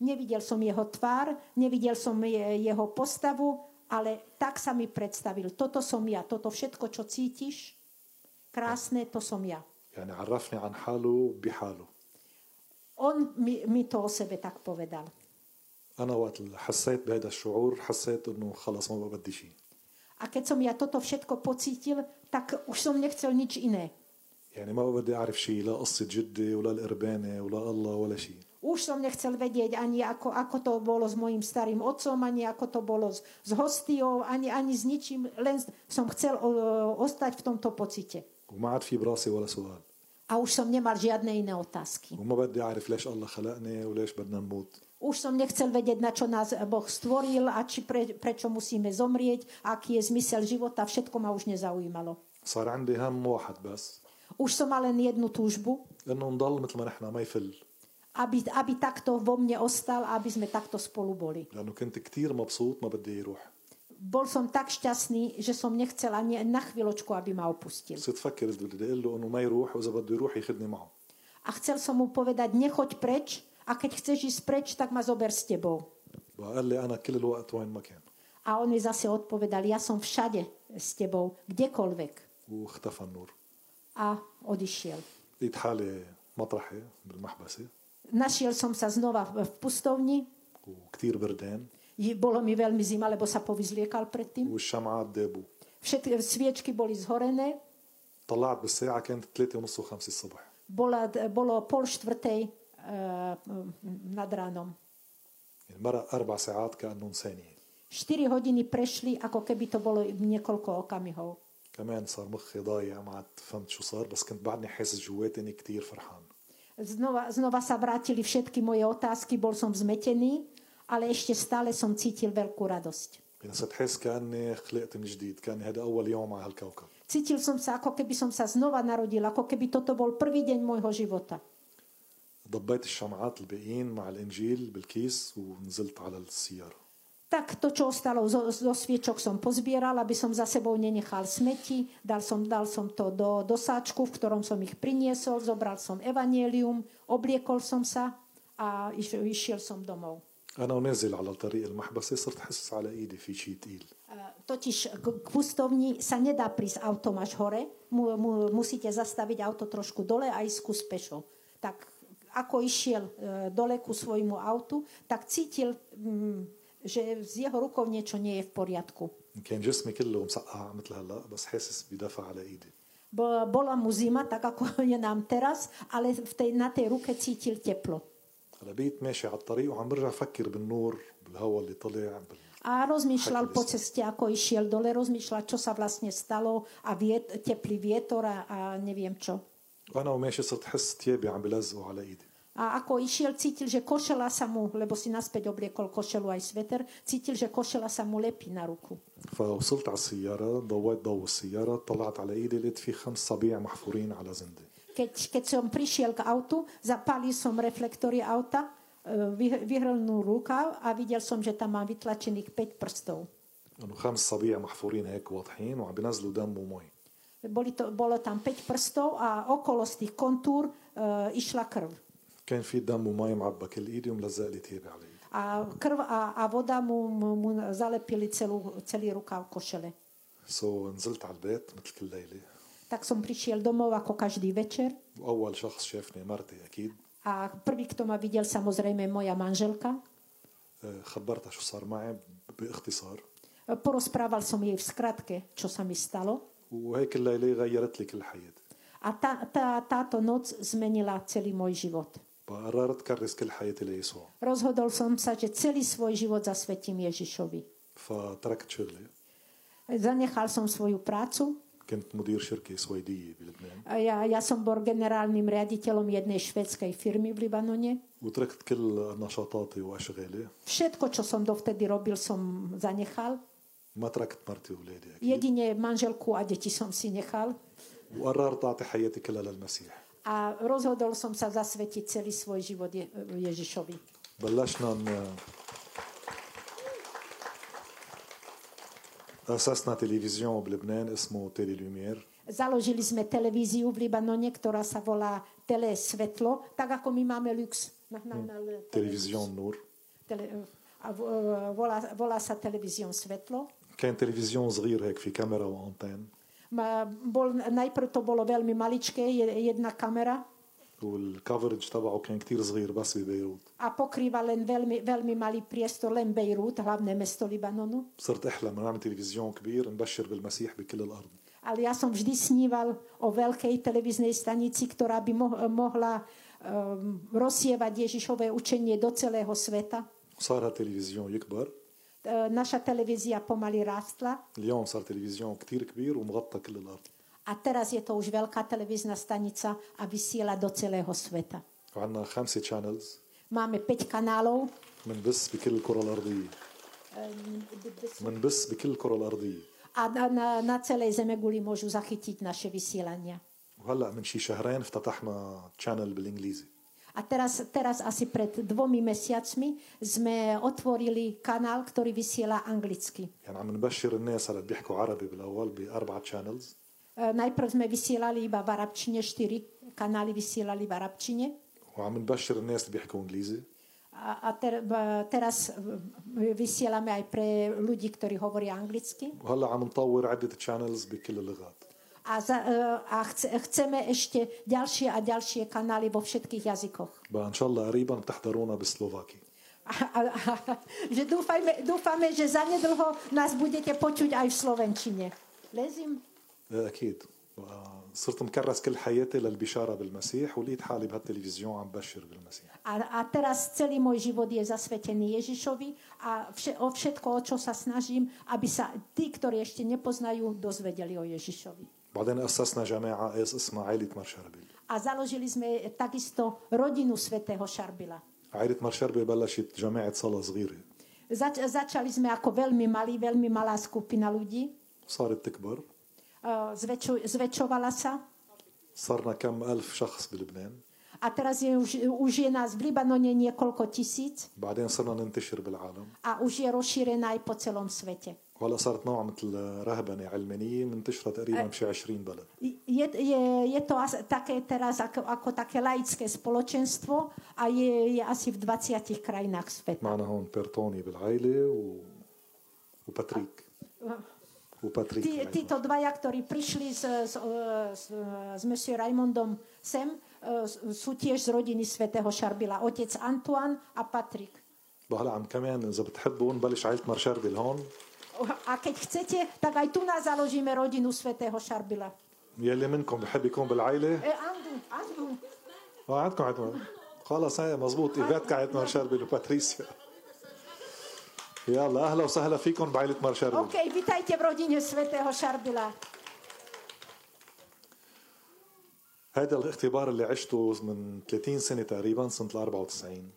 [SPEAKER 3] Nevidel som jeho tvár, nevidel som je, jeho postavu, ale tak sa mi predstavil. Toto som ja, toto všetko, čo cítiš, krásne, to som ja.
[SPEAKER 2] يعني عرفني عن حاله بحاله
[SPEAKER 3] On mi, mi to o sebe tak povedal.
[SPEAKER 2] انا وقت اللي حسيت بهذا الشعور حسيت انه خلص ما بقى بدي شيء
[SPEAKER 3] A keď som ja toto všetko pocítil, tak už som nechcel nič iné.
[SPEAKER 2] يعني ما بقى بدي اعرف شيء لا قصه جدي ولا القربانه ولا الله ولا شيء
[SPEAKER 3] Už som nechcel vedieť ani ako, ako to bolo s mojim starým otcom, ani ako to bolo s, s hostiou, ani, ani s ničím, len som chcel o, ostať v tomto pocite.
[SPEAKER 2] وما عاد في براسي ولا سؤال
[SPEAKER 3] A už som nemal žiadne iné otázky.
[SPEAKER 2] وما بدي اعرف ليش الله خلقني وليش بدنا نموت
[SPEAKER 3] Už som nechcel vedieť, na čo nás Boh stvoril a či pre, prečo musíme zomrieť, aký je zmysel života, všetko ma už nezaujímalo.
[SPEAKER 2] صار عندي هم واحد بس
[SPEAKER 3] Už som mal len jednu túžbu,
[SPEAKER 2] انه نضل مثل ما نحن ما يفل
[SPEAKER 3] aby, aby takto vo mne ostal, aby sme takto spolu boli.
[SPEAKER 2] لانه كنت كتير مبسوط ما بدي يروح
[SPEAKER 3] Bol som tak šťastný, že som nechcel ani na chvíľočku, aby ma opustil.
[SPEAKER 2] صرت افكر إذا بدي اقول له انه ما يروح واذا بده يروح ياخذني معه
[SPEAKER 3] A chcel som mu povedať, nechoď preč a keď chceš ísť preč, tak ma zober s tebou.
[SPEAKER 2] وقال لي انا كل الوقت وين ما كان
[SPEAKER 3] A on mi zase odpovedal, ja som všade s tebou, kdekoľvek.
[SPEAKER 2] واختفى النور
[SPEAKER 3] A odišiel.
[SPEAKER 2] لقيت حالي مطرحي بالمحبسه
[SPEAKER 3] Našiel som sa znova v v pustovni,
[SPEAKER 2] وكتير بردان
[SPEAKER 3] Je- Bolo mi veľmi zima, lebo sa povyzliekal predtým.
[SPEAKER 2] والشمعات دابوا
[SPEAKER 3] Všetky sviečky boli zhorené.
[SPEAKER 2] طلعت بالساعة كانت 3 ونص وخمسة الصبح
[SPEAKER 3] Bola, bolo pol štvrtej eh, nad ránom.
[SPEAKER 2] يعني مرق أربع ساعات كأنهم ثانية
[SPEAKER 3] 4 hodiny prešli, ako keby to bolo niekoľko okamihov.
[SPEAKER 2] كمان صار مخي ضايع ما عاد فهمت شو صار بس كنت بعدني حاسس جواتي اني كتير فرحان
[SPEAKER 3] Znova, znova sa vrátili všetky moje otázky, bol som zmetený, ale ešte stále som cítil veľkú radosť.
[SPEAKER 2] يعني صرت حاسس كأني خلقت من جديد كأني هذا أول يوم على هالكوكب
[SPEAKER 3] Cítil som sa, ako keby som sa znova narodil, ako keby toto bol prvý deň môjho života.
[SPEAKER 2] ضبيت الشمعات الباقيين مع الإنجيل بالكيس ونزلت على السيارة
[SPEAKER 3] Tak to, čo ostalo zo, zo sviečok, som pozbieral, aby som za sebou nenechal smeti. Dal som, dal som to do, do sáčku, v ktorom som ich priniesol, zobral som evanielium, obliekol som sa a iš, išiel som domov.
[SPEAKER 2] أنا ونازل على طريق المحبسة صرت حاسس على إيدي في شيء تقيل
[SPEAKER 3] E, Totiž k, k pustovni sa nedá prísť autom až hore, mu, mu, musíte zastaviť auto trošku dole a ísť kus pešo. Tak ako išiel e, dole ku svojmu autu, tak cítil, mm, že z jeho rukou niečo nie je v poriadku.
[SPEAKER 2] كان جسمي كله مسقع مثل هلا بس حاسس بدفع على إيدي
[SPEAKER 3] Bo- Bola mu zima, tak ako je nám teraz, ale v tej, na tej ruke cítil teplo.
[SPEAKER 2] هلا بقيت ماشي على الطريق وعم برجع فكر بالنور بالهواء اللي طلع بال...
[SPEAKER 3] A rozmýšľal
[SPEAKER 2] Taký
[SPEAKER 3] po
[SPEAKER 2] list.
[SPEAKER 3] ceste, ako išiel dole, rozmýšľal, čo sa vlastne stalo a viet, teplý vietor a, a neviem čo.
[SPEAKER 2] انا وماشي صرت حس ثيابي عم بلزقوا على ايدي
[SPEAKER 3] A ako išiel, cítil, že košela sa mu, lebo si naspäť obliekol košelu aj sveter, cítil, že košela sa mu lepí na ruku.
[SPEAKER 2] فوصلت على السياره ضويت ضوء السياره طلعت على ايدي لقيت في خمس صبيع محفورين على زندي
[SPEAKER 3] Keď, keď som prišiel k autu, zapálil som reflektory auta, e, vyh- vyhrnul rukav a videl som, že tam mám vytlačených 5 prstov.
[SPEAKER 2] انه خمس صبيع محفورين هيك واضحين وعم بينزلوا دم ومي
[SPEAKER 3] Boli to, bolo tam 5 prstov a okolo z tých kontúr e, išla krv.
[SPEAKER 2] كان في دم ومي معبى كل ايدي وملزق لي ثيابي على ايدي
[SPEAKER 3] a krv a, a voda mu, mu, mu zalepili celú, celý rukav košele.
[SPEAKER 2] سو نزلت على البيت مثل كل ليله
[SPEAKER 3] Tak som prišiel domov ako každý večer
[SPEAKER 2] واول شخص شافني مرتي اكيد
[SPEAKER 3] a prvý, kto ma videl, samozrejme moja manželka.
[SPEAKER 2] آه، خبرتها شو صار معي باختصار
[SPEAKER 3] Porozprával som jej v skratke, čo sa mi stalo.
[SPEAKER 2] وهيك الليله غيرت لي كل حياتي
[SPEAKER 3] A tá, tá, táto noc zmenila celý môj život.
[SPEAKER 2] فقررت كرس كل حياتي ليسوع
[SPEAKER 3] Rozhodol som sa, že celý svoj život zasvetím Ježišovi.
[SPEAKER 2] فتركت شغلي
[SPEAKER 3] Zanechal som svoju prácu.
[SPEAKER 2] كنت مدير شركه سويديه بلبنان
[SPEAKER 3] A Ja, ja som bol generálnym riaditeľom jednej švedskej firmy v Libanone.
[SPEAKER 2] وتركت كل نشاطاتي واشغالي
[SPEAKER 3] Všetko, čo som dovtedy robil, som zanechal.
[SPEAKER 2] ما تركت مرتي واولادي اكيد
[SPEAKER 3] Jedine manželku a deti som si nechal.
[SPEAKER 2] وقررت اعطي حياتي كلها للمسيح
[SPEAKER 3] A rozhodol som sa zasvetiť celý svoj život Je- Ježišovi.
[SPEAKER 2] بلشنا ن... اسسنا تلفزيون بلبنان اسمه تيلي لومير
[SPEAKER 3] Založili sme televíziu v Libanone, ktorá sa volá Tele Svetlo, tak ako my máme Lux. Na- na- na-
[SPEAKER 2] تلفزيون نور
[SPEAKER 3] tele, e, a vo- volá, volá sa televízion Svetlo.
[SPEAKER 2] كان تلفزيون صغير هيك في كاميرا وانتين
[SPEAKER 3] Ma- Bol, najprv to bolo veľmi maličké, je- jedna kamera
[SPEAKER 2] والكفرج تبعه كان كتير صغير بس ببيروت
[SPEAKER 3] a pokrýva len veľmi, veľmi malý priestor, len Bejrút, hlavné mesto Libanonu.
[SPEAKER 2] صرت احلم نعمل تلفزيون كبير نبشر بالمسيح بكل الارض
[SPEAKER 3] Ale ja som vždy sníval o veľkej televíznej stanici, ktorá by mo- mohla um, rozsievať Ježišové učenie do celého sveta.
[SPEAKER 2] صار هالتلفزيون يكبر
[SPEAKER 3] E, Naša televízia pomaly rástla
[SPEAKER 2] اليوم صار تلفزيون كتير كبير ومغطى كل الارض
[SPEAKER 3] a teraz je to už veľká televízna stanica a vysiela do celého sveta.
[SPEAKER 2] وعندنا خمسة شانلز
[SPEAKER 3] Máme 5 kanálov,
[SPEAKER 2] منبث بكل الكرة الأرضية منبث بكل الكرة الأرضية
[SPEAKER 3] a na, na, na celej Zemeguli môžu zachytiť naše vysielania.
[SPEAKER 2] وهلا من شي شهرين افتتحنا شانل بالإنجليزي
[SPEAKER 3] A teraz, teraz asi pred dvomi mesiacmi sme otvorili kanál, ktorý vysiela anglicky. E,
[SPEAKER 2] يعني عم نبشر الناس هلا بيحكوا عربي بالأول بأربعة شانلز
[SPEAKER 3] E, Najprv sme vysielali iba v arabčine, štyri kanály vysielali v arabčine.
[SPEAKER 2] وعم نبشر الناس اللي بيحكوا إنجليزي
[SPEAKER 3] A, a ter, b- teraz e, vysielame aj pre ľudí, ktorí hovoria anglicky.
[SPEAKER 2] وهلا عم نطور عدة شانلز بكل اللغات
[SPEAKER 3] A, za, e, a chce, chceme ešte ďalšie a ďalšie kanály vo všetkých jazykoch.
[SPEAKER 2] بقى إن شاء الله قريبا بتحضرونا بالسلوفاكي
[SPEAKER 3] A, a, a, že dúfajme, dúfame, že zanedlho nás budete počuť aj v Slovenčine. Lezím.
[SPEAKER 2] إيه أكيد بقى صرت مكرس كل حياتي للبشارة بالمسيح ولقيت حالي بهالتلفزيون عم بشر بالمسيح
[SPEAKER 3] A, a teraz celý môj život je zasvetený Ježišovi a vše, o všetko, o čo sa snažím, aby sa tí, ktorí ešte nepoznajú, dozvedeli o Ježišovi.
[SPEAKER 2] بعدين أسسنا جماعة اس- اسمها عائلة مرشربيل
[SPEAKER 3] A založili sme takisto rodinu svätého Šarbila.
[SPEAKER 2] عائلة مرشربي بلشت جماعة صلاة صغيرة
[SPEAKER 3] Zač, začali sme ako veľmi malí, veľmi malá skupina ľudí.
[SPEAKER 2] صارت تكبر
[SPEAKER 3] Eh, Zväčšu, zväčšovala sa.
[SPEAKER 2] صرنا كم ألف شخص بلبنان
[SPEAKER 3] A teraz je už, už je nás v Libanone niekoľko tisíc.
[SPEAKER 2] بعدين صرنا ننتشر بالعالم
[SPEAKER 3] a už je rozšírená aj po celom svete.
[SPEAKER 2] وهلا صارت نوع مثل رهبنة علمانية منتشرة تقريبا بشي 20 بلد
[SPEAKER 3] Je, je, je to as, také teraz ako, ako také laické spoločenstvo a je, je asi v 20 krajinách sveta.
[SPEAKER 2] معنا هون بيرتوني بالعائلة و... وباتريك وباتريك
[SPEAKER 3] Tí,
[SPEAKER 2] بالعائلة.
[SPEAKER 3] títo dvaja, ktorí prišli s, s, eh, s, eh, s monsieur Raimondom sem, eh, s- sú tiež z rodiny svätého Šarbila. Otec Antoine a Patrik.
[SPEAKER 2] بقى هلا عم كمان إذا بتحبوا نبلش عائلة مرشربل هون
[SPEAKER 3] A keď chcete, tak aj tu nás založíme rodinu svätého Šarbila.
[SPEAKER 2] يلي منكم بحب يكون بالعائلة
[SPEAKER 3] E, Andu, Andu.
[SPEAKER 2] اه عندكم عندكم خلص هي مزبوط ايفات قاعدة مرشربل وباتريسيا يلا اهلا وسهلا فيكم بعائلة مرشربل
[SPEAKER 3] OK, vitajte v rodine svätého Šarbila.
[SPEAKER 2] هذا الاختبار اللي عشته من 30 سنة تقريبا سنة ال 94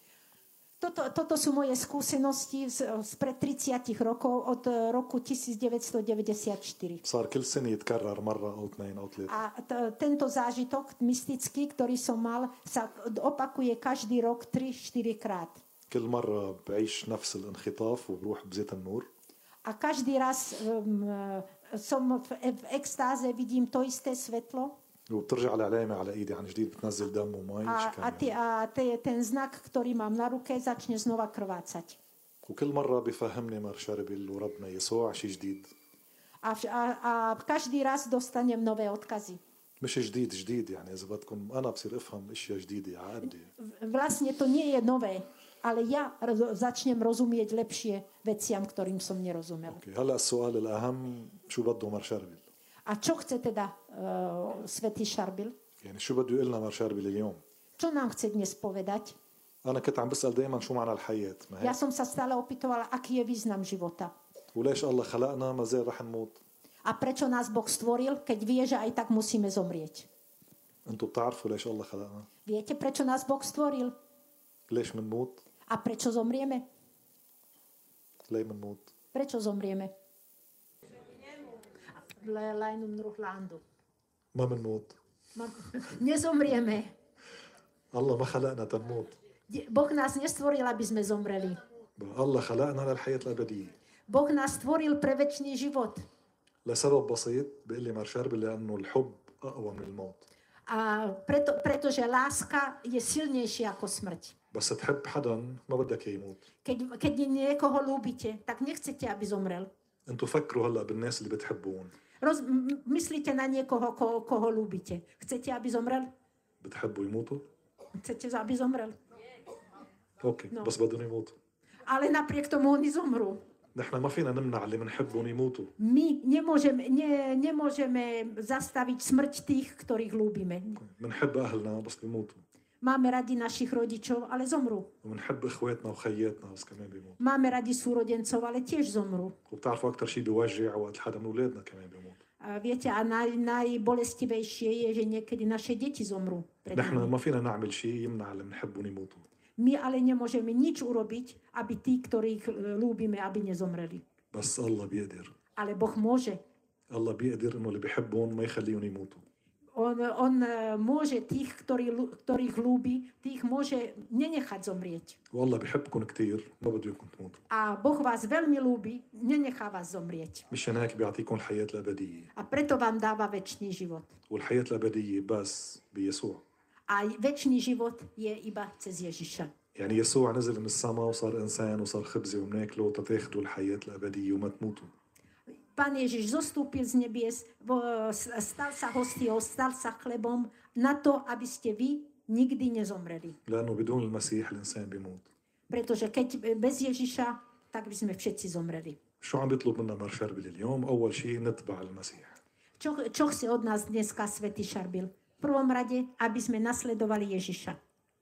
[SPEAKER 3] Toto, toto sú moje skúsenosti z, z pred 30 rokov, od eh, roku 1994.
[SPEAKER 2] صار كل سنة يتكرر مرة أو اثنين أو ثلاثة
[SPEAKER 3] A t- tento zážitok mystický, ktorý som mal, sa opakuje každý rok 3-4 krát.
[SPEAKER 2] كل مرة بعيش نفس الانخطاف وبروح بزيت النور
[SPEAKER 3] A e, každý raz um, som v, v extáze, vidím to isté svetlo
[SPEAKER 2] وبترجع العلامه على ايدي عن جديد بتنزل دم ومي
[SPEAKER 3] A,
[SPEAKER 2] شي
[SPEAKER 3] a,
[SPEAKER 2] كان
[SPEAKER 3] ty,
[SPEAKER 2] يعني.
[SPEAKER 3] a ty, ten znak, który mam na rukę, zacznie znowu krwacać.
[SPEAKER 2] وكل مره بفهمني مار شربل وربنا يسوع شي جديد
[SPEAKER 3] A, w- a, a każdy raz dostaniem nowe odkazy.
[SPEAKER 2] مش جديد جديد يعني اذا بدكم انا بصير افهم اشياء جديده على قدي
[SPEAKER 3] W- Właśnie vlastne to nie jest nowe, ale ja roz- zacznę rozumieć lepsze weciam, którym są nie rozumiał.
[SPEAKER 2] اوكي هلا السؤال الاهم شو بده مار شربل
[SPEAKER 3] A co chce teda e, Święty Szarbil?
[SPEAKER 2] يعني شو بده يقول لنا مار شربل اليوم
[SPEAKER 3] Co nam chce dnes powiedzieć?
[SPEAKER 2] انا كنت عم بسال دائما شو معنى الحياه ما هي
[SPEAKER 3] Ja som sa stále opýtovala, aký je význam života.
[SPEAKER 2] وليش الله خلقنا ما زال رح نموت
[SPEAKER 3] A prečo nás Boh stvoril, keď vie, že aj tak musíme zomrieť?
[SPEAKER 2] انتم بتعرفوا ليش الله خلقنا
[SPEAKER 3] Viete, prečo nás Boh stvoril?
[SPEAKER 2] ليش منموت
[SPEAKER 3] A prečo zomrieme?
[SPEAKER 2] ليه منموت
[SPEAKER 3] Prečo zomrieme? Le- Leinum druh landu.
[SPEAKER 2] ما منموت
[SPEAKER 3] Ma- Nezomrieme.
[SPEAKER 2] الله ما خلقنا تنموت
[SPEAKER 3] Die- Boh nás nestvoril, aby sme zomreli.
[SPEAKER 2] الله خلقنا للحياة الأبدية
[SPEAKER 3] Boh nás stvoril pre väčší život.
[SPEAKER 2] لسبب بسيط بيقول لي مار شربل لأنه الحب أقوى من الموت
[SPEAKER 3] A preto, pretože láska je silnejšia ako smrť.
[SPEAKER 2] بس تحب حدا ما بدك إياه يموت
[SPEAKER 3] Keď, keď niekoho ľúbite, tak nechcete, aby zomrel.
[SPEAKER 2] انتوا فكروا هلا بالناس اللي بتحبون
[SPEAKER 3] Roz, m- myslíte na niekoho, ko, koho ľúbite. Chcete, aby zomrel?
[SPEAKER 2] بتحبوا يموتوا
[SPEAKER 3] Chcete, aby zomrel.
[SPEAKER 2] اوكي
[SPEAKER 3] نعم.
[SPEAKER 2] بس بدهم يموتوا
[SPEAKER 3] Ale napriek tomu oni zomrú.
[SPEAKER 2] نحن ما فينا نمنع اللي بنحبهم يموتوا
[SPEAKER 3] My nemôžeme, ne, nemôžeme zastaviť smrť tých, ktorých ľúbime.
[SPEAKER 2] بنحب اهلنا بس بيموتوا
[SPEAKER 3] Máme radi našich rodičov, ale zomrú.
[SPEAKER 2] وبنحب اخواتنا وخياتنا بس كمان بيموتوا
[SPEAKER 3] Máme radi súrodencov, ale tiež zomrú.
[SPEAKER 2] وبتعرفوا اكثر شيء بيوجع وقت حدا من اولادنا كمان بيموت
[SPEAKER 3] A viete, a naj, najbolestivejšie je, že niekedy naše deti zomrú. pred
[SPEAKER 2] نحن
[SPEAKER 3] nami.
[SPEAKER 2] ما فينا نعمل شيء يمنع اللي بنحبهم يموتوا
[SPEAKER 3] My ale nemôžeme nič urobiť, aby tí, ktorých e, ľúbime, aby nezomreli.
[SPEAKER 2] بس الله بيقدر
[SPEAKER 3] Ale Boh môže.
[SPEAKER 2] الله بيقدر انه اللي بيحبهم ما يخليهم يموتوا
[SPEAKER 3] On, on e, môže tých, ktorí, ľu- ktorých ľúbi, tých môže nenechať zomrieť.
[SPEAKER 2] والله بحبكم كثير ما بده اياكم تموتوا
[SPEAKER 3] A Boh vás veľmi ľúbi, nenechá vás zomrieť.
[SPEAKER 2] مشان هيك بيعطيكم الحياة الأبدية
[SPEAKER 3] A preto vám dáva väčší život.
[SPEAKER 2] والحياة الأبدية بس بيسوع
[SPEAKER 3] A väčší život je iba cez Ježiša.
[SPEAKER 2] يعني يسوع نزل من السماء وصار إنسان وصار خبزة ومناكله تتاخدوا الحياة الأبدية وما تموتوا
[SPEAKER 3] Pán Ježiš zostúpil z nebies, vo- s- stal sa hostiou, stal sa chlebom na to, aby ste vy nikdy nezomreli.
[SPEAKER 2] لأنه بدون المسيح الإنسان بيموت
[SPEAKER 3] Pretože keď bez Ježiša, tak by sme všetci zomreli.
[SPEAKER 2] شو عم بيطلب منا مار شربل اليوم؟ أول شيء نتبع المسيح
[SPEAKER 3] Čo, čo chce od nás dneska Svetý Šarbil? V prvom rade, aby sme nasledovali Ježiša.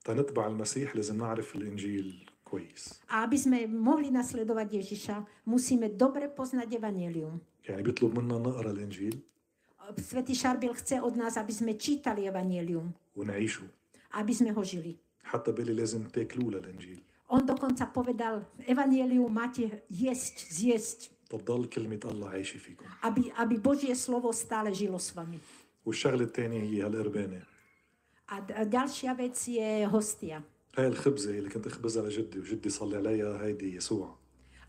[SPEAKER 2] تنتبع المسيح لازم نعرف الإنجيل كويس
[SPEAKER 3] A aby sme mohli nasledovať Ježiša, musíme dobre poznať Evangelium.
[SPEAKER 2] يعني بيطلب منا نقرأ الإنجيل
[SPEAKER 3] Svetý Šarbil chce od nás, aby sme čítali Evangelium,
[SPEAKER 2] ونعيشه
[SPEAKER 3] aby sme ho žili.
[SPEAKER 2] حتى بالي لازم تاكلوا للإنجيل
[SPEAKER 3] On dokonca povedal, Evangelium máte jesť, zjesť,
[SPEAKER 2] تضل كلمة الله عايشة فيكم
[SPEAKER 3] aby, aby Božie slovo stále žilo s vami.
[SPEAKER 2] والشغلة الثانية هي هالقربانة
[SPEAKER 3] A d- a ďalšia vec je hostia.
[SPEAKER 2] هاي الخبزة اللي كنت أخبزها لجدي وجدي صلي عليها هيدي يسوع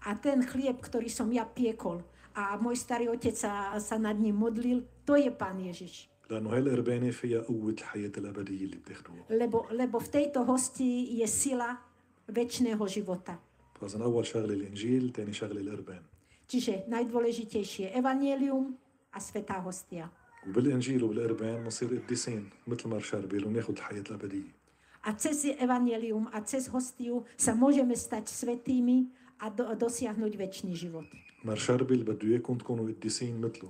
[SPEAKER 3] A ten chlieb, ktorý som ja piekol a môj starý otec sa, sa nad ním modlil, to je Pán Ježiš.
[SPEAKER 2] لأنه هاي القربانة فيها قوة الحياة الأبدية اللي بتاخدوها
[SPEAKER 3] Lebo, lebo v tejto hosti je sila väčšného života.
[SPEAKER 2] فإذا أول شغلة الإنجيل ثاني شغلة القربان
[SPEAKER 3] Čiže najdôležitejšie je evanielium a svetá hostia.
[SPEAKER 2] وبالإنجيل وبالقربان بنصير قديسين مثل مار شربيل وبناخد الحياة الأبدية
[SPEAKER 3] A cez evanielium a cez hostiu sa môžeme stať svetými a do, dosiahnuť väčší život.
[SPEAKER 2] مار شربيل بده إياكم تكونوا قديسين مثله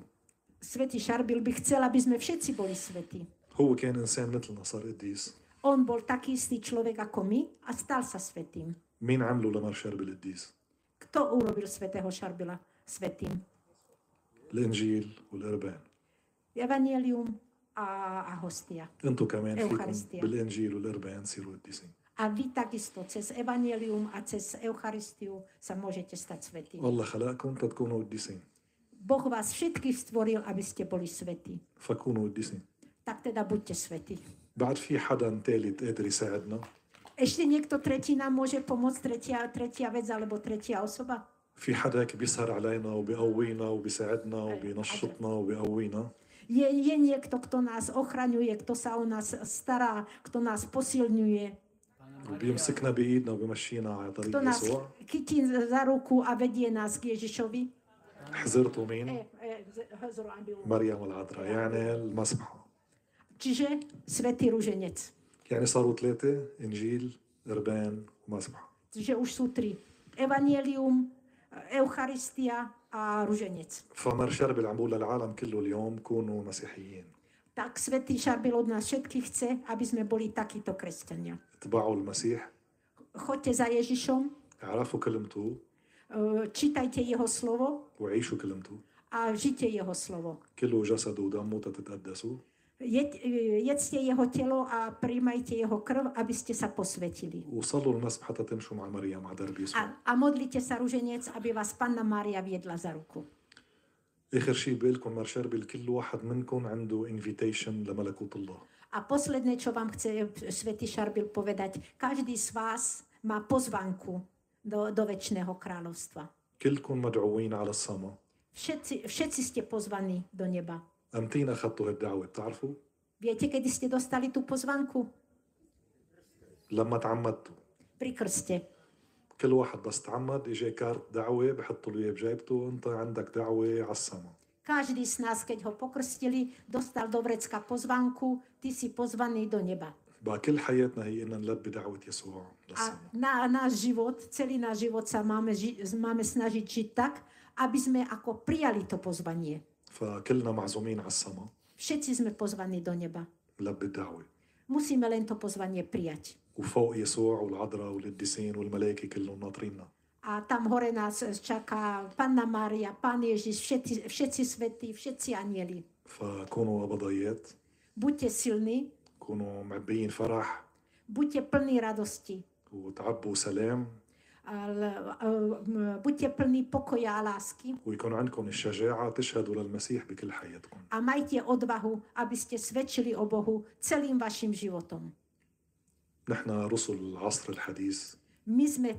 [SPEAKER 3] Svetý Šarbil by chcel, aby sme všetci boli svetí.
[SPEAKER 2] هو كان إنسان مثلنا صار قديس
[SPEAKER 3] On bol taký istý človek ako my a stal sa svetým.
[SPEAKER 2] مين عمله لمار شربيل قديس؟
[SPEAKER 3] Kto urobil svetého Šarbila svetým?
[SPEAKER 2] الإنجيل والقربان
[SPEAKER 3] Evangelium a, a hostia.
[SPEAKER 2] انتم كمان فيكم
[SPEAKER 3] أوخارستيا.
[SPEAKER 2] بالانجيل والقربان تصيروا قديسين
[SPEAKER 3] A vy takisto cez Evangelium a cez Eucharistiu sa môžete stať svetým.
[SPEAKER 2] الله خلقكم تتكونوا قديسين
[SPEAKER 3] Boh vás všetkých stvoril, aby ste boli svetí.
[SPEAKER 2] فكونوا قديسين
[SPEAKER 3] Tak teda buďte svetí.
[SPEAKER 2] بعد في حدا ثالث قادر يساعدنا
[SPEAKER 3] Ešte niekto tretí nám môže pomôcť, tretia, tretia vec alebo tretia osoba?
[SPEAKER 2] في حدا هيك بيسهر علينا وبيقوينا وبيساعدنا وبينشطنا وبيقوينا
[SPEAKER 3] Je, je niekto, kto nás ochraňuje, kto sa o nás stará, kto nás posilňuje,
[SPEAKER 2] وبيمسكنا بايدنا وبيمشينا على
[SPEAKER 3] kto
[SPEAKER 2] طريق
[SPEAKER 3] nás
[SPEAKER 2] يسوع
[SPEAKER 3] chytí za ruku a vedie nás k Ježišovi.
[SPEAKER 2] حزرته
[SPEAKER 3] E,
[SPEAKER 2] مين؟
[SPEAKER 3] e, z- hezru ambilu.
[SPEAKER 2] مريم العذراء يعني المسبحة
[SPEAKER 3] Čiže svätý ruženec.
[SPEAKER 2] يعني صاروا ثلاثة إنجيل ربان ومسبحة
[SPEAKER 3] Čiže už sú tri. Evangelium, Eucharistia a ruženec.
[SPEAKER 2] فمر شربل عم بقول للعالم كله اليوم كونوا مسيحيين
[SPEAKER 3] Tak svätý Šarbil od nás všetkých chce, aby sme boli takíto kresťania.
[SPEAKER 2] اتبعوا المسيح
[SPEAKER 3] Choďte za Ježišom, e,
[SPEAKER 2] اعرفوا كلمته
[SPEAKER 3] čítajte jeho slovo
[SPEAKER 2] وعيشوا كلمته
[SPEAKER 3] a žite jeho slovo.
[SPEAKER 2] كله جسد ودمه تتقدسوا
[SPEAKER 3] Je- e, Jedzte jeho telo a príjmajte jeho krv, aby ste sa posvetili.
[SPEAKER 2] وصلوا المسبحة تمشوا مع مريم على درب يسوع
[SPEAKER 3] A, a modlite sa ruženec, aby vás Panna Mária viedla za ruku.
[SPEAKER 2] اخر شيء بقلكم مر شربل كل واحد منكم عنده انفيتيشن لملكوت الله
[SPEAKER 3] A posledné, čo vám chce svätý Šarbil povedať, každý z vás má pozvanku do, do väčšného kráľovstva.
[SPEAKER 2] كلكم مدعوين على السما
[SPEAKER 3] Všetci, všetci ste pozvaní do neba.
[SPEAKER 2] امتين اخذتوا هالدعوه بتعرفوا؟
[SPEAKER 3] Viete, kedy ste dostali tú pozvanku?
[SPEAKER 2] لما تعمدتوا
[SPEAKER 3] Pri krste.
[SPEAKER 2] كل واحد بس تعمد اجى كارت دعوه بحطوا له اياه بجيبته انت عندك دعوه على السما
[SPEAKER 3] Každý z nás, keď ho pokrstili, dostal do vrecka pozvanku, ty si pozvaný do neba.
[SPEAKER 2] بقى كل حياتنا هي اننا نلبي دعوه يسوع
[SPEAKER 3] A
[SPEAKER 2] للسما
[SPEAKER 3] na, náš život, celý náš život sa máme, ži, máme snažiť žiť tak, aby sme ako prijali to pozvanie.
[SPEAKER 2] فكلنا معزومين على السما
[SPEAKER 3] Všetci sme pozvaní do neba.
[SPEAKER 2] نلبي الدعوه
[SPEAKER 3] Musíme len to pozvanie prijať.
[SPEAKER 2] وفوق يسوع والعذراء والقديسين والملائكه كلهم ناطريننا
[SPEAKER 3] A tam hore nás čaká Panna Mária, Pán Ježiš, všetci, všetci svetí, všetci anieli.
[SPEAKER 2] فكونوا ابضيات
[SPEAKER 3] Buďte silní,
[SPEAKER 2] كونوا معبيين فرح
[SPEAKER 3] buďte plní radosti,
[SPEAKER 2] وتعبوا سلام
[SPEAKER 3] ale, eh, buďte plní pokoja a lásky
[SPEAKER 2] ويكون عندكم الشجاعه تشهدوا للمسيح بكل حياتكم
[SPEAKER 3] a majte odvahu, aby ste svedčili o Bohu celým vašim životom.
[SPEAKER 2] نحن رسل العصر الحديث
[SPEAKER 3] My sme eh,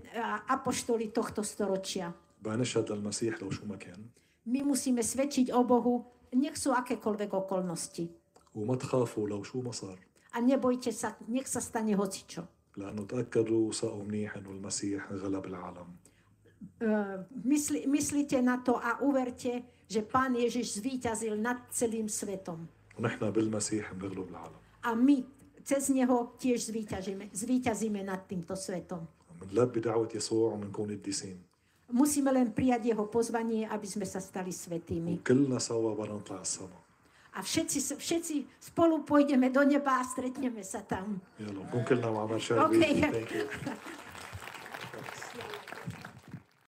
[SPEAKER 3] apoštoli tohto storočia.
[SPEAKER 2] بقى نشهد للمسيح لو شو ما كان
[SPEAKER 3] My musíme svedčiť o Bohu, nech sú akékoľvek okolnosti.
[SPEAKER 2] وما تخافوا لو شو ما صار
[SPEAKER 3] A nebojte sa, nech sa stane hocičo. E,
[SPEAKER 2] لانه تاكدوا وثقوا منيح انه المسيح غلب العالم
[SPEAKER 3] Eh, Mysli, myslite na to a uverte, že Pán Ježiš zvíťazil nad celým svetom.
[SPEAKER 2] ونحن بالمسيح بنغلب العالم
[SPEAKER 3] A my cez Neho tiež zvíťazíme, zvíťazíme nad týmto svetom.
[SPEAKER 2] بنلبي دعوه يسوع وبنكون قديسين
[SPEAKER 3] Musíme len prijať Jeho pozvanie, aby sme sa stali svetými.
[SPEAKER 2] وكلنا سوا بدنا نطلع على السما
[SPEAKER 3] A všetci, s- všetci spolu pôjdeme do neba a stretneme sa tam.
[SPEAKER 2] يلا نكون كلنا مع مرشاد
[SPEAKER 3] Okay.
[SPEAKER 2] ثانك يو